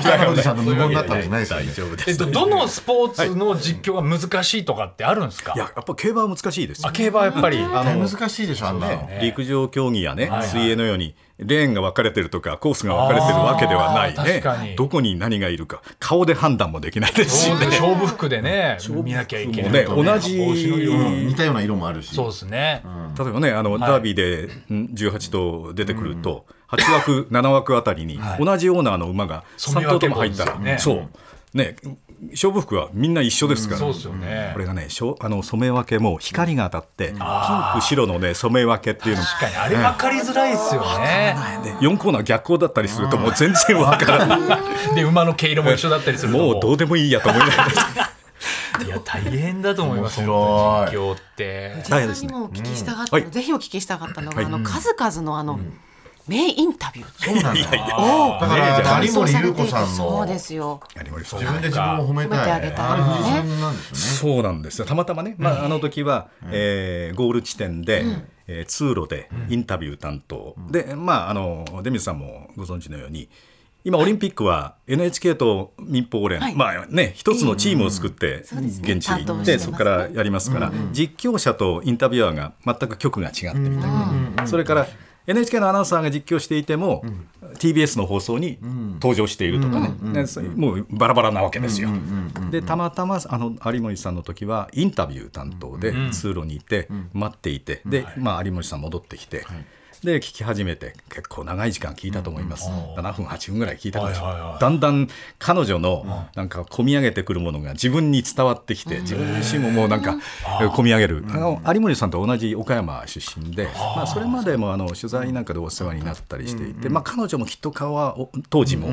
Speaker 4: 北山おじさんと無言だったんじゃないですよ
Speaker 2: 大
Speaker 4: ね。
Speaker 2: 丈夫で
Speaker 1: えっ
Speaker 2: す
Speaker 1: とどのスポーツの実況が難しいとかってあるんですか
Speaker 2: いややっぱ競馬は難しいですよ
Speaker 1: あ競馬はやっぱり
Speaker 4: あの難しいでしょ、あんなの。
Speaker 2: 陸上競技やね、
Speaker 1: はい
Speaker 2: 水泳のようにレーンが分かれてるとかコースが分かれてるわけではない
Speaker 1: あー確か
Speaker 2: ね
Speaker 1: に
Speaker 2: どこに何がいるか顔で判断もできないですし
Speaker 1: そう
Speaker 2: ね
Speaker 1: です勝負服でね見なきゃいけない
Speaker 2: ね同じ
Speaker 1: 帽子の色
Speaker 4: うん似たような色もあるし。
Speaker 1: そうですね
Speaker 2: 例えばねあの、ダービーでん18頭出てくると、8枠7枠あたりに同じオーナーの馬が
Speaker 1: 染
Speaker 2: 3
Speaker 1: め
Speaker 2: 頭
Speaker 1: 分
Speaker 2: と
Speaker 1: け
Speaker 2: も入ったら、
Speaker 1: 帽子です
Speaker 2: そ
Speaker 1: よ
Speaker 2: うね勝負服はみんな一緒ですから、
Speaker 1: そうですよね
Speaker 2: これがねしょあの染め分けも光が当たって、ピンク白のね染め分けっていうのも
Speaker 1: 確かにあれ分かりづらいですよね
Speaker 2: で4コーナー逆光だったりするともう全然わか らない
Speaker 1: で馬の毛色も一緒だったりすると
Speaker 2: もうどうでもいいやと思いな がら
Speaker 1: いや大変だと思います
Speaker 4: 面白
Speaker 1: 本当
Speaker 4: い
Speaker 1: に実況って
Speaker 5: 藤井さんにもお聞きしたかった
Speaker 2: は
Speaker 5: の、
Speaker 2: い
Speaker 5: ぜひお聞きしたかったのが、
Speaker 2: はい
Speaker 5: あの数々のあの、名インタビュー
Speaker 4: そうなんだよ。
Speaker 5: を
Speaker 4: だから、有森裕子さんの。
Speaker 5: そうですよ。
Speaker 2: 有森さん
Speaker 4: 自分で自分を褒めた
Speaker 5: 褒
Speaker 4: い。
Speaker 5: めてあげたい
Speaker 4: あれ藤井さんなんですよね。
Speaker 2: そうなんですよたまたまね、まあ、あの時は、えーゴール地点で、えー通路でインタビュー担当、でまああの出水さんもご存知のように今オリンピックは NHK と民放連、
Speaker 5: はい
Speaker 2: まあね一つのチームを作って
Speaker 5: そうですね
Speaker 2: 現地に行
Speaker 5: 担当
Speaker 2: っ
Speaker 5: して
Speaker 2: て
Speaker 5: ます
Speaker 2: そこからやりますから、実況者とインタビュアーが全く局が違ってみたいなそれから NHK のアナウンサーが実況していても、TBS の放送に登場しているとかね、ねそういうもうバラバラなわけですよ。でたまたまあの有森さんの時はインタビュー担当で通路にいて待っていて、で、まあ、有森さん戻ってきて。で聞き始めて結構長い時間聞いたと思います、7分8分ぐらい聞いたかもしれない、
Speaker 1: はいはいはい
Speaker 2: だんだん彼女のなんかこみ上げてくるものが自分に伝わってきて、自分自身ももうなんかえーこみ上げるあの有森さんと同じ岡山出身で、まあ、それまでもあの取材なんかでお世話になったりしていて、まあ、彼女もきっと顔はお当時も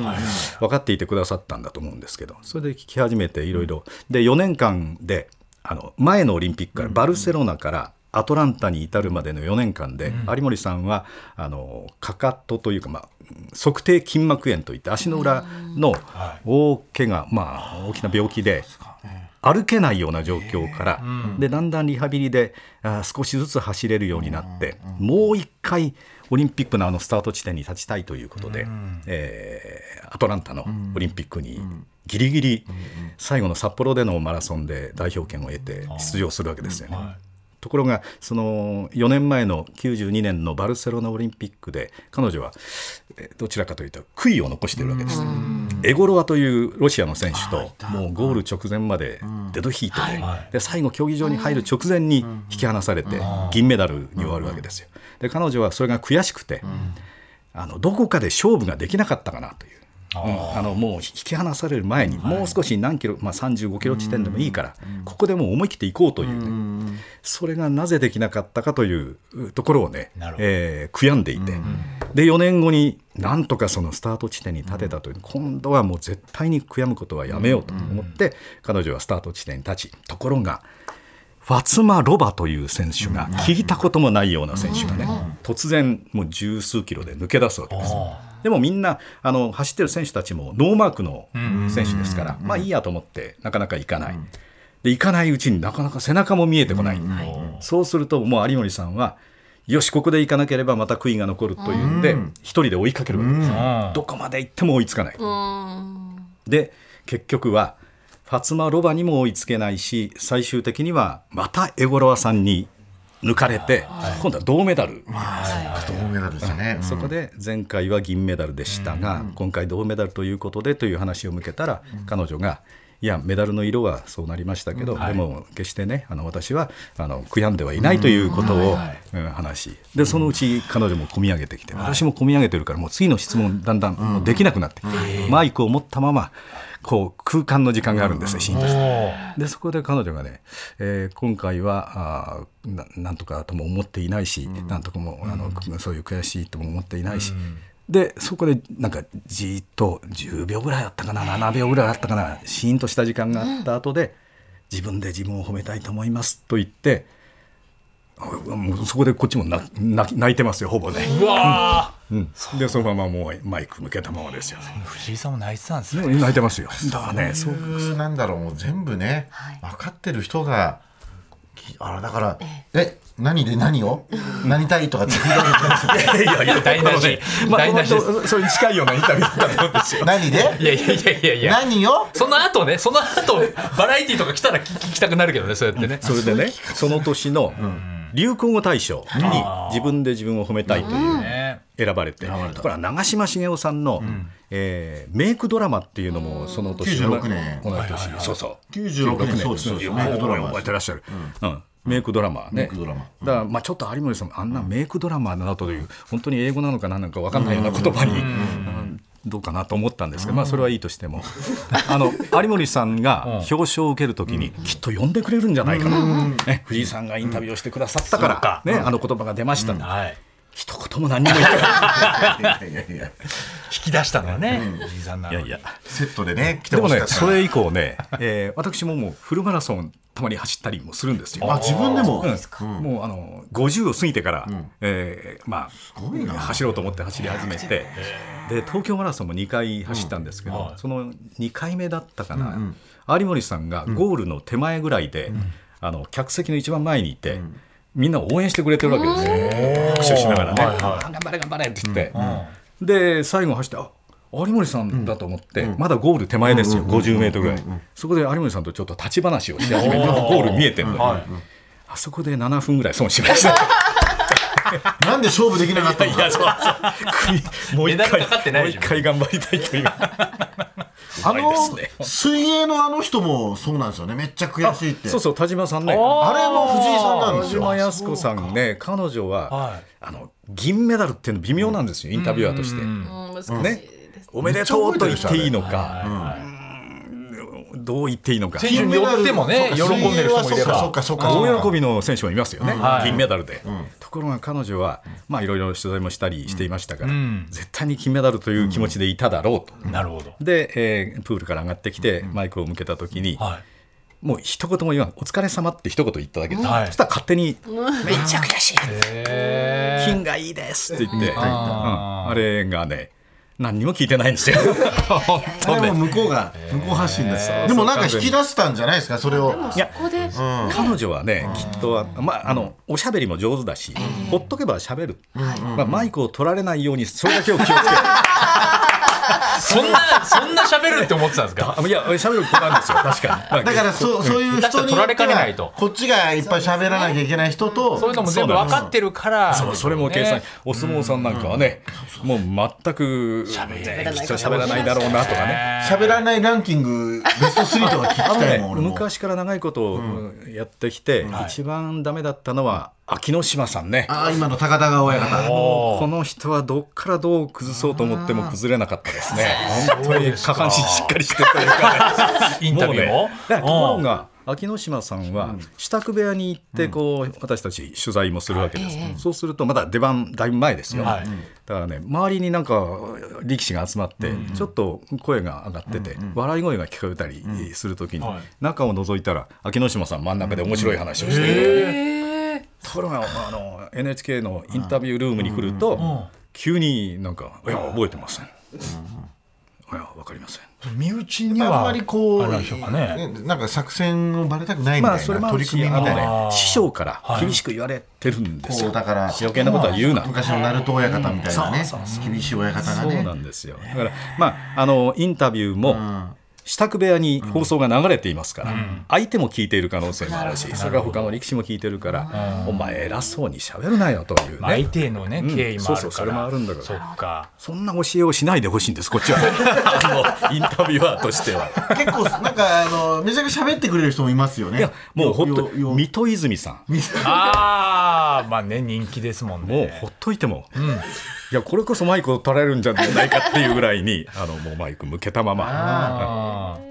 Speaker 2: 分かっていてくださったんだと思うんですけどそれで聞き始めていろいろで4年間であの前のオリンピックからバルセロナからアトランタに至るまでの4年間で、有森さんはあのかかとというか、まあ、測定筋膜炎といって足の裏の大怪我、まあ、大きな病気で歩けないような状況から、でだんだんリハビリであー少しずつ走れるようになって、もう一回オリンピックのあのスタート地点に立ちたいということで、えーアトランタのオリンピックにギリギリ最後の札幌でのマラソンで代表権を得て出場するわけですよね。ところがその4年前の92年のバルセロナオリンピックで彼女はえーどちらかというと悔いを残しているわけです。エゴロワというロシアの選手ともうゴール直前までデッドヒートで,、で最後競技場に入る直前に引き離されて銀メダルに終わるわけですよ。で彼女はそれが悔しくて、あのどこかで勝負ができなかったかなという。うんあのもう引き離される前にもう少し何キロ、まあ、35キロ地点でもいいから、ここでもう思い切っていこうというね、それがなぜできなかったかといううところをね
Speaker 1: なる、ほど
Speaker 2: えー悔やんでいて、で4年後になんとかそのスタート地点に立てたという、今度はもう絶対に悔やむことはやめようと思って、彼女はスタート地点に立ちところがファツマ・ロバという選手が聞いたこともないような選手がね、突然もう十数キロで抜け出すわけです。でもみんなあの走ってる選手たちもノーマークの選手ですから、まあいいやと思ってなかなか行かない、で行かないうちになかなか背中も見えてこない、そうするともう有森さんはよしここで行かなければまた悔いが残るというんで一人で追いかけるわけです、
Speaker 1: ん
Speaker 2: どこまで行っても追いつかない、
Speaker 5: うん
Speaker 2: で結局はファツマ・ロバにも追いつけないし最終的にはまたエゴロワさんに抜かれて、今度は銅メダル、
Speaker 4: 銅メダルですよね。
Speaker 2: そこで前回は銀メダルでしたが、今回銅メダルということでという話を向けたら、彼女が。いやメダルの色はそうなりましたけど、でも決してねあの私はあの悔やんではいないということを、うん話しでそのうち彼女も込み上げてきて、私も込み上げてるからもう次の質問だんだんもうできなくなってきて、マイクを持ったままこう空間の時間があるんですよシーンとして。でそこで彼女がね、えー今回はあーななんとかとも思っていないし、なんとかもあの、そういう悔しいとも思っていないし、でそこでなんかじーっと10秒ぐらいあったかな7秒ぐらいあったかなシーンとした時間があった後で、自分で自分を褒めたいと思いますと言ってあもうそこでこっちもな泣き泣いてますよほぼね。
Speaker 1: うわ
Speaker 2: うんでそのままもうマイク向けたままですよ。
Speaker 1: ー藤井さんも泣いてたんですね
Speaker 2: でも泣いてますよ。だからねそう
Speaker 4: なんだろうもう全部ね、分かってる人がきあらだからえ何で何を何たいとか作り上げてるんですよ
Speaker 2: いやいや
Speaker 1: 台無し
Speaker 2: まあ、
Speaker 1: 台無しです
Speaker 2: それ に近いようなインタビューだったんで すよ。
Speaker 4: 何で
Speaker 1: いやいやいやいやいや
Speaker 4: 何を
Speaker 1: その後ねその後バラエティーとか来たら聞聞きたくなるけどね そうやってね
Speaker 2: それでね、その年の流行語大賞に自分で自分を褒めたいという
Speaker 1: ね
Speaker 2: 選ばれて、ところが長嶋茂雄さんの、えーメイクドラマっていうのもその年
Speaker 4: 96年
Speaker 2: 同じ年、そうそう、
Speaker 4: 96年そうですそうですメイクドラマ
Speaker 2: 覚えてらっしゃる。うんメイクドラマね。
Speaker 4: メイクドラマ
Speaker 2: だからまあちょっと有森さんもあんなメイクドラマなどという本当に英語なのか何なのか分かんないような言葉に。うんどうかなと思ったんですけど、まあそれはいいとしても、あの有森さんが表彰を受けるときにきっと呼んでくれるんじゃないかな。ね藤井さんがインタビューをしてくださったからねあの言葉が出ました。
Speaker 1: はい
Speaker 2: 一言も何にも言ってない。
Speaker 4: いやいやいや
Speaker 1: 引き出したのはね藤井さんなのに
Speaker 2: いや。
Speaker 4: セットでね来て
Speaker 2: でも
Speaker 4: ほし
Speaker 2: ね
Speaker 4: かった
Speaker 2: そ
Speaker 4: から
Speaker 2: れ以降ね、 えー私ももうフルマラソンたまに走ったりもするんですよ。
Speaker 4: あ自分でも
Speaker 2: うんもうあの50を過ぎてから、えーま
Speaker 4: ごい
Speaker 2: あ、
Speaker 4: な
Speaker 2: 走ろうと思って走り始めて、で東京マラソンも2回走ったんですけど、
Speaker 1: はい
Speaker 2: その2回目だったかな、有森さんがゴールの手前ぐらいで、あの客席の一番前にいて、みんな応援してくれてるわけですよ、拍手しながらね、頑張れ頑張れって言って、で最後走ってあ有森さんだと思って、まだゴール手前ですよ、50メートルぐらい、そこで有森さんとちょっと立ち話をして始めて、
Speaker 1: おー
Speaker 2: ゴール見えてるのに、
Speaker 1: はい
Speaker 2: あそこで7分ぐらい損しました。
Speaker 4: なんで勝負できなかったの
Speaker 2: いや、そうそう。もう一
Speaker 1: メダル
Speaker 2: 回、
Speaker 1: かかってない
Speaker 2: もう
Speaker 1: じ
Speaker 2: 一
Speaker 1: ゃん
Speaker 2: 回頑張りたいという。
Speaker 4: あ
Speaker 2: うまいで
Speaker 4: の
Speaker 2: すね
Speaker 4: 水泳のあの人もそうなんですよねめっちゃ悔しいって
Speaker 2: そうそう、田島さんね。
Speaker 4: あれも藤井さんなんで
Speaker 2: 田
Speaker 4: すよ
Speaker 2: 島康子さんね、彼女
Speaker 1: は、
Speaker 2: はいあの、銀メダルっていうの微妙なんですよ、インタビュアーとして。
Speaker 5: うん難しい
Speaker 2: ね
Speaker 5: です
Speaker 2: おめでとうと言っていいのか、うんどう言っていいのか。
Speaker 1: 選手によってもね喜
Speaker 4: そうんか
Speaker 1: でる人もいれ
Speaker 4: そっか
Speaker 1: ば
Speaker 4: そっかそっか
Speaker 2: 大喜びの選手もいますよね、
Speaker 1: はい
Speaker 2: 銀メダルで、ところが彼女は、まあ、いろいろ取材もしたりしていましたから、
Speaker 1: ん
Speaker 2: 絶対に金メダルという気持ちでいただろうと、
Speaker 1: なるほど
Speaker 2: で、えープールから上がってきて、マイクを向けた時に、
Speaker 1: はい
Speaker 2: もう一言も言わんお疲れ様って一言言っただけで、
Speaker 1: はい
Speaker 2: そしたら勝手に
Speaker 3: めっちゃ悔しい。
Speaker 1: へー
Speaker 2: 金がいいですって言って、うん
Speaker 1: あー
Speaker 2: あれがね何にも聞いてないんですよ。 本
Speaker 4: あ
Speaker 2: 当
Speaker 4: れも
Speaker 2: ね
Speaker 4: 向こうが向こう発信ですでもなんか引き出したんじゃないですかそれを
Speaker 5: そこで、
Speaker 2: 彼女はねきっとあまああのおしゃべりも上手だし、ほっとけばしゃべる、まあ、マイクを取られないようにそれだけを気をつける
Speaker 1: そんなそんな喋るって思ってたんですか
Speaker 2: あいやしゃべる子なんですよ確かに
Speaker 4: だからそうそうい
Speaker 1: 出
Speaker 4: う人によっ
Speaker 1: したら取られ
Speaker 4: て
Speaker 1: かねない
Speaker 4: は
Speaker 1: と
Speaker 4: こっちがいっぱい喋らなきゃいけない人と
Speaker 1: そういうのも全部分かってるから
Speaker 2: そうそれも計算、お相撲さんなんかはね、もう全く
Speaker 1: 喋
Speaker 2: ねきっと喋らないだろうなとかね。
Speaker 4: 喋らないランキングベスト3とか聞きたいもん俺も
Speaker 2: 昔から長いことをやってきて、一番ダメだったのは秋野島さんね。
Speaker 4: ああ今の高田川親方
Speaker 2: この人はどっからどう崩そうと思っても崩れなかったですね。本当に下半身しっかりしてたというか、
Speaker 1: インタビュー
Speaker 2: も
Speaker 1: も
Speaker 2: うねだからところが秋野島さんは支度部屋に行ってこう私たち取材もするわけです、そうするとまだ出番だいぶ前ですよ、
Speaker 1: はい
Speaker 2: だからね周りになんか力士が集まってちょっと声が上がってて笑い声が聞こえたりするときに
Speaker 1: はい
Speaker 2: 中を覗いたら秋野島さん真ん中で面白い話をしてるとかねところがあの NHK のインタビュールームに来ると、急になんか「いや覚えてません」いや分かりません」
Speaker 1: 身内に
Speaker 4: あ
Speaker 1: は
Speaker 4: んまりこ
Speaker 1: あれなんでしょうか
Speaker 4: う
Speaker 1: ね
Speaker 4: なんか作戦をバレたくないみ
Speaker 2: ま
Speaker 4: た
Speaker 2: あ
Speaker 4: い
Speaker 2: それも
Speaker 4: な
Speaker 2: ある
Speaker 4: 取り
Speaker 2: し
Speaker 4: 組み
Speaker 2: あ
Speaker 4: み
Speaker 2: の
Speaker 4: たいな
Speaker 2: ね師匠から厳しく言われてるんです
Speaker 4: こ
Speaker 2: よ、
Speaker 4: うだから
Speaker 2: 余計なことは言うな
Speaker 4: 昔の鳴戸親方みたいなね厳しい親方が
Speaker 2: そう
Speaker 4: ね
Speaker 2: なんですよだからまああのインタビューも、支度部屋に放送が流れていますから、相手も聞いている可能性もあるしそれから他の力士も聞いてるから、お前偉そうにしゃべるなよという
Speaker 1: まあ
Speaker 2: ね
Speaker 1: 相手へのね
Speaker 2: うん
Speaker 1: 敬意もあるから、
Speaker 2: そうそうそれもあるんだから
Speaker 1: そっか
Speaker 2: そんな教えをしないでほしいんですこっち はあのインタビュアーとしては。
Speaker 4: 結構なんかあのめちゃくちゃ喋ってくれる人もいますよね
Speaker 2: いやもうほっ
Speaker 4: よ
Speaker 2: と
Speaker 4: よ
Speaker 2: 水戸泉さん
Speaker 1: ああまあね人気ですもんね
Speaker 2: もうほっといても、いやこれこそマイクを取られるんじゃないかっていうぐらいにあのもうマイク向けたまま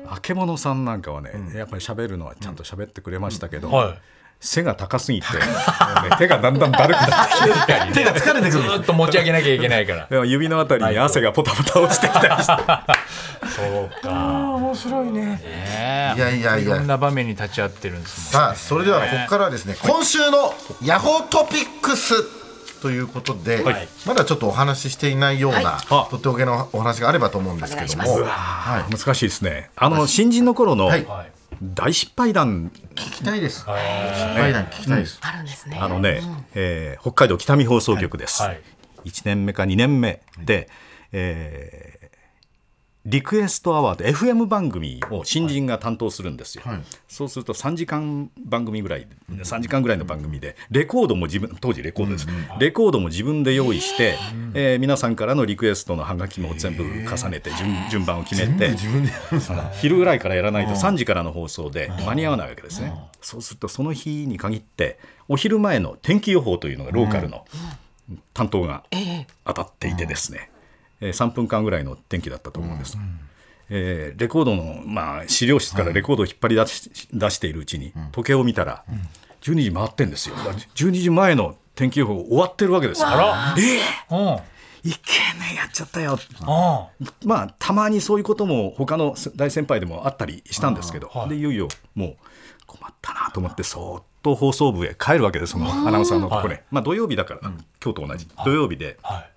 Speaker 1: あ
Speaker 2: あけものさんなんかはね、やっぱり喋るのはちゃんと喋ってくれましたけど、
Speaker 1: ーはい
Speaker 2: 背が高すぎて、もうね手 がだんだんだるくなってきて
Speaker 4: 手が疲れてく
Speaker 1: ず
Speaker 4: る
Speaker 1: ーっと持ち上げなきゃいけないから
Speaker 2: でも 指のあたりに汗がポタポタ落ちてきたりして
Speaker 1: そうか面白いね
Speaker 4: いやいやいや
Speaker 1: いろんな場面に立ち会ってるんです
Speaker 4: さあそれではここからはですね今週のヤホートピックスということで、
Speaker 1: はい
Speaker 4: まだちょっとお話ししていないような、
Speaker 2: あ
Speaker 4: とっておきのお話があればと思うんですけども
Speaker 5: お願いし
Speaker 4: はい
Speaker 2: 難しいですねあの新人の頃の
Speaker 4: はい
Speaker 1: もんはい
Speaker 2: 大失敗談
Speaker 4: 聞きたいです、はい、聞きたいです、
Speaker 5: あるんですね。
Speaker 2: あのね、えー北海道北見放送局です、
Speaker 1: はいはい
Speaker 2: 1年目か2年目で、えーリクエストアワード FM 番組を新人が担当するんですよ、
Speaker 4: はい
Speaker 2: そうすると3時間番組ぐらい3時間ぐらいの番組でレコードも自分当時レコードです、レコードも自分で用意して、えー皆さんからのリクエストのハガキも全部重ねて順順番を決めて
Speaker 4: 自分で
Speaker 2: 昼ぐらいからやらないと3時からの放送で間に合わないわけですね、そうするとその日に限ってお昼前の天気予報というのがローカルの担当が当たっていてですね、えー3分間ぐらいの天気だったと思うんです、えーレコードの、まあ、資料室からレコードを引っ張り出し,、出しているうちに時計を見たら12時回ってんですよだから12時前の天気予報終わってるわけですよ
Speaker 1: あらえうん
Speaker 2: いけねえやっちゃったよ
Speaker 1: あ
Speaker 2: まあ、たまにそういうことも他の大先輩でもあったりしたんですけど、
Speaker 1: はい
Speaker 2: でいよいよもう困ったなと思ってそーっと放送部へ帰るわけですそのアナウンサーのところに、
Speaker 1: は
Speaker 2: まあ、土曜日だから、今日と同じ土曜日で、
Speaker 1: あはい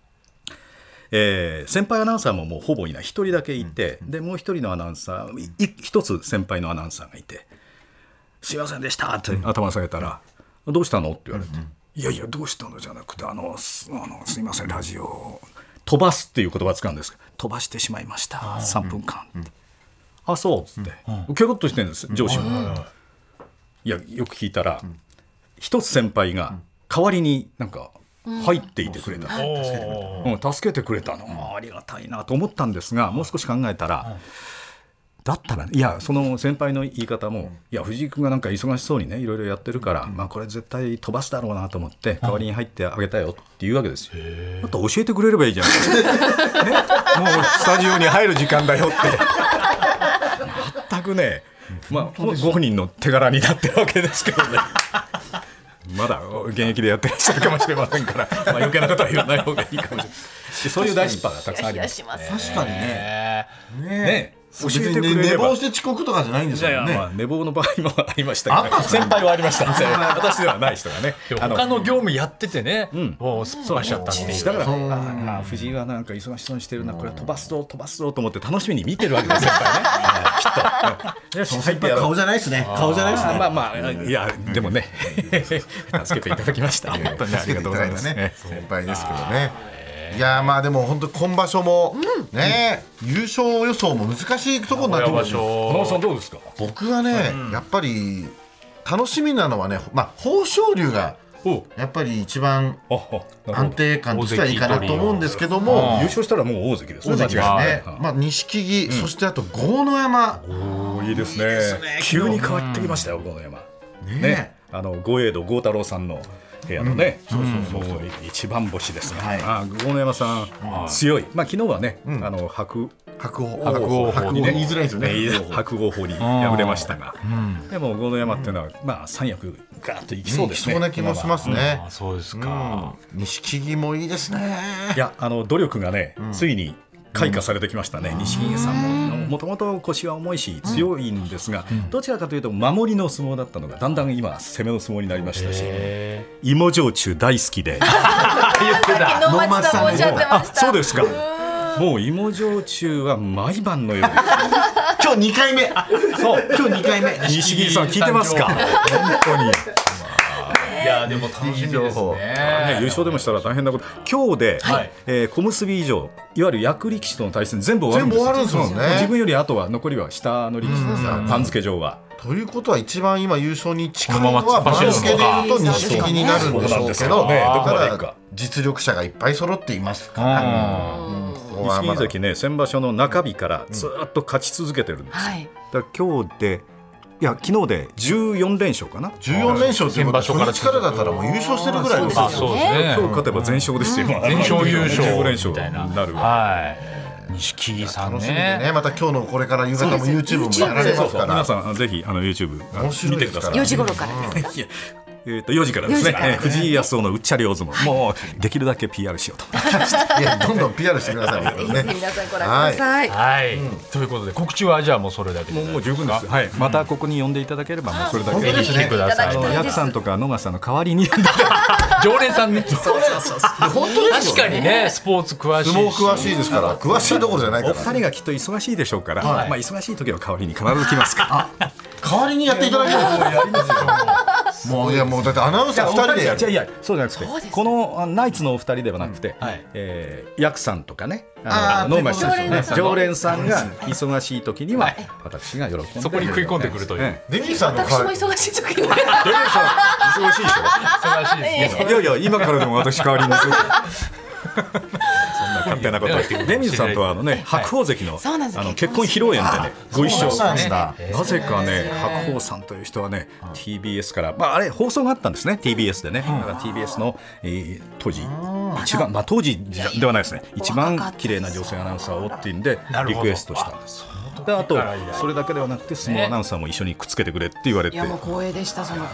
Speaker 2: えー先輩アナウンサーももうほぼいない一人だけいて、でもう一人のアナウンサーいい一つ先輩のアナウンサーがいて「すいませんでした」って頭下げたら「どうしたの?」って言われて「いやいやどうしたの?」じゃなくてあのすあの「すいませんラジオを飛ばす」っていう言葉使うんですけど飛ばしてしまいました3分間」って「あそう」っつってケロッとしてるんです上司も。いやよく聞いたら一つ先輩が代わりになんか入っていてくれた。
Speaker 1: おー
Speaker 2: うん、助けてくれたの、あありがたいなと思ったんですがもう少し考えたら、だったらねいやその先輩の言い方も、いや藤井君がなんか忙しそうにねいろいろやってるから、まあ、これ絶対飛ばすだろうなと思って代わりに入ってあげたよっていうわけですよ。だったら教えてくれれば いいじゃないですか、ね、もうスタジオに入る時間だよって全くね、まあ、もうご本人の手柄になってるわけですけどね。まだ現役でやってらっしゃるかもしれませんから、まあ、余計なことは言わない方がいいかもしれない。でそういう大失敗がたくさんあり
Speaker 3: い
Speaker 2: ま
Speaker 3: や
Speaker 2: す。
Speaker 3: します。
Speaker 4: 確かにね
Speaker 1: え
Speaker 2: ね、教
Speaker 4: 別にね寝坊して遅刻とかじゃないんですよ
Speaker 1: いやいや
Speaker 4: ね
Speaker 2: まあ、寝坊の場合も ありまし
Speaker 4: あ
Speaker 2: た
Speaker 4: ん
Speaker 2: け
Speaker 4: の
Speaker 2: ど 先輩はありました私ではない人がねあ
Speaker 1: 他の業務やっててね、もうすっ飛ばしちゃったっていう。
Speaker 2: だからああ藤井はなんか忙しそうにしてるなこれは飛ばすぞ飛ばすぞと思って楽しみに見てるわけですよ先輩ね きっとよし入ってやろう
Speaker 4: 顔じゃないですね顔じゃないですね
Speaker 2: あまあまあいやで もね助けていただきました本当にありがとうございます
Speaker 4: ね先輩ですけどねいやーまあでも本当今場所もね優勝予想も難しいところになってます
Speaker 2: 小野さんどうですか
Speaker 4: 僕はねやっぱり楽しみなのはねまあ豊昇龍が
Speaker 2: お
Speaker 4: やっぱり一番安
Speaker 2: 安定
Speaker 4: 定感としてはいいかなと思うんですけども
Speaker 2: 優勝したらもう大関です
Speaker 4: そうですね
Speaker 2: 大関
Speaker 1: ね
Speaker 4: まあ錦木、そしてあと豪ノ山
Speaker 2: おーいいですね急に変わってきましたよこの山
Speaker 4: ね
Speaker 2: ねあの五栄道豪太郎さんの部屋のね、そうそうそう一番星ですね、
Speaker 4: はい
Speaker 2: あ豪ノ山さん、強いまあ昨日はね、
Speaker 4: ん
Speaker 2: あの白
Speaker 4: 白鵬
Speaker 1: 白鵬
Speaker 4: 白鵬
Speaker 1: に
Speaker 4: ね
Speaker 1: ね
Speaker 4: 言いづらいですよね
Speaker 2: ね白鵬法に敗れましたが、でも豪ノ山っていうのは、まあ三役ガーッといきそうですね、
Speaker 4: そうな気もしますね
Speaker 1: あーそうです
Speaker 4: う
Speaker 1: か
Speaker 4: ん。錦木もいいですね
Speaker 2: いやあの努力がね、ついに開花されてきましたね、錦木さんももともと腰は重いし強いんですが、どちらかというと守りの相撲だったのがだんだん今攻めの相撲になりましたし
Speaker 1: へ
Speaker 2: 芋焼酎大好き
Speaker 1: ー
Speaker 2: で
Speaker 1: 言ってた。
Speaker 3: 野松さんもおっしゃってま
Speaker 2: あ
Speaker 3: した。
Speaker 2: そうですかもう芋焼酎は毎晩のよう
Speaker 4: 今日2回目
Speaker 2: にそう
Speaker 4: 今日2回目
Speaker 2: 錦木さん聞いてますか本当に、
Speaker 1: いやでも楽しみです
Speaker 4: 情報
Speaker 2: ね優
Speaker 1: ね。
Speaker 2: 勝でもしたら大変なこと今日で、
Speaker 1: はい
Speaker 2: えー小結以上いわゆる役力士との対戦全部終わるんですよ
Speaker 4: 全部終わるんですもんね
Speaker 2: 自分より後は残りは下の力士ですから番付上は。
Speaker 4: ということは一番今優勝に近い
Speaker 1: こ
Speaker 4: の
Speaker 1: のまま突
Speaker 4: は
Speaker 1: っ走る
Speaker 4: 番
Speaker 1: のか
Speaker 4: 付でいうと錦木になるんでし
Speaker 2: そうなん
Speaker 4: ょう
Speaker 2: で
Speaker 4: け
Speaker 2: す
Speaker 4: ど
Speaker 2: よねどこまで行
Speaker 4: た
Speaker 2: くか
Speaker 4: だ実力者がいっぱい揃っていますか
Speaker 1: うん
Speaker 4: ら
Speaker 2: 錦木関ね先場所の中日からずーっと勝ち続けてるんですよ、
Speaker 5: はい。
Speaker 2: だから今日でいや昨日で14連勝かな
Speaker 4: 14連勝ということは
Speaker 1: 先場所から
Speaker 4: 初日からだったらもう優勝してるぐらいの
Speaker 1: あそうですね
Speaker 2: 今日。勝てば全勝ですよ、
Speaker 1: 全勝優
Speaker 2: 15連
Speaker 1: 勝
Speaker 2: 勝
Speaker 1: みたいな。
Speaker 2: になるわ
Speaker 1: はい。錦木さん
Speaker 4: 楽しみでね
Speaker 1: ね。
Speaker 4: また今日のこれから夕方も YouTube もやられますか
Speaker 2: 皆
Speaker 4: ら
Speaker 2: さんあぜひあの YouTube あの
Speaker 4: 面白
Speaker 2: 見
Speaker 4: い
Speaker 2: て
Speaker 4: で
Speaker 2: くだ
Speaker 4: すか
Speaker 2: さ
Speaker 4: ら
Speaker 2: い
Speaker 5: 4時頃からです。
Speaker 2: えっ、と4時からですね。えー藤井康夫のうっちゃり大相撲、もうできるだけ PR しようと。
Speaker 4: いやどんどん PR してください本当に
Speaker 3: ぜ
Speaker 4: ね
Speaker 3: ひ皆さんご覧ください。
Speaker 1: はい。ということで告知はじゃあもうそれだけで。よ。
Speaker 2: はい。またここに呼んでいただければもうそれだ
Speaker 4: 本
Speaker 2: け。
Speaker 4: 当ですね
Speaker 1: くださ
Speaker 3: い
Speaker 1: い
Speaker 3: ただ
Speaker 2: あ
Speaker 3: き
Speaker 2: の
Speaker 3: た
Speaker 2: ヤクさんとか野川さんの代わりに呼んでいただければ
Speaker 1: 常連さんね。確
Speaker 4: 本当ですよ
Speaker 1: かにねスポーツ詳しいし。
Speaker 4: 相撲詳しいですから詳しいところじゃないか
Speaker 2: お
Speaker 4: ら
Speaker 2: 二人がきっと忙しいでしょうから、
Speaker 4: はい
Speaker 2: まあ忙しい時は代わりに必ず来ますから。
Speaker 4: 代わりにやっていただけるもういやもうだってアナウンサー二人でや
Speaker 2: いや
Speaker 4: る
Speaker 2: いやそうじゃなくて
Speaker 5: そうです
Speaker 2: このあナイツのお二人ではなくて、
Speaker 1: はい
Speaker 2: えーヤクさんとかね
Speaker 4: あー
Speaker 2: ノーマルさん
Speaker 3: 常連
Speaker 2: ね常連さんが忙しい時には私が喜んで
Speaker 1: そこに食い込んでくるという
Speaker 2: え
Speaker 4: デニーさんの
Speaker 3: 私
Speaker 4: 代
Speaker 3: も
Speaker 4: わり
Speaker 3: 忙しい時に。は
Speaker 2: え常連さん忙しいでしょ
Speaker 1: 忙しいですね。
Speaker 2: いやいや、今からでも私代わりにする。そんな勝手なことは言って。デミズさんとはあのね、白鵬関の、
Speaker 5: そうなんです
Speaker 2: あの結
Speaker 5: 結
Speaker 2: 婚
Speaker 5: 婚
Speaker 2: 披
Speaker 5: 式
Speaker 2: 露宴でね、ご一緒。
Speaker 4: そうな
Speaker 2: なん
Speaker 4: だ
Speaker 2: ぜかね、白鵬さんという人はね、TBS から、まあ、あれ放送があったんですね、TBS でね、だから TBS の、えー当時。一番、まあ、当時じゃではないですね、一番綺麗な女性アナウンサーをっていうんで、リクエストしたんです。で、あと、それだけではなくて、相撲アナウンサーも一緒にくっつけてくれって言われ
Speaker 5: い
Speaker 2: て
Speaker 5: や。もう光栄でした。その。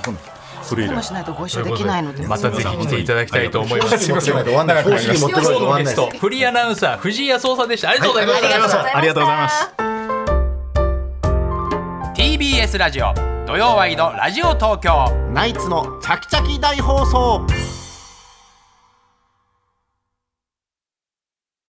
Speaker 2: それ以
Speaker 5: でも
Speaker 2: 来
Speaker 5: し。ないとご一緒できないので。
Speaker 1: またぜひ来ていただきたいと思います。
Speaker 4: 持ってこないと終わんない方式持ってこない
Speaker 1: 今日
Speaker 4: と終
Speaker 1: の
Speaker 4: わん
Speaker 1: ゲ
Speaker 4: ない
Speaker 1: ストフリーアナウンサー藤井康夫さんでしたありがとうございました、
Speaker 4: はいありがとうございま
Speaker 2: ありがとうございます。
Speaker 1: TBS ラジオ土曜ワイドラジオ東京
Speaker 6: ナイツのチャキチャキ大放送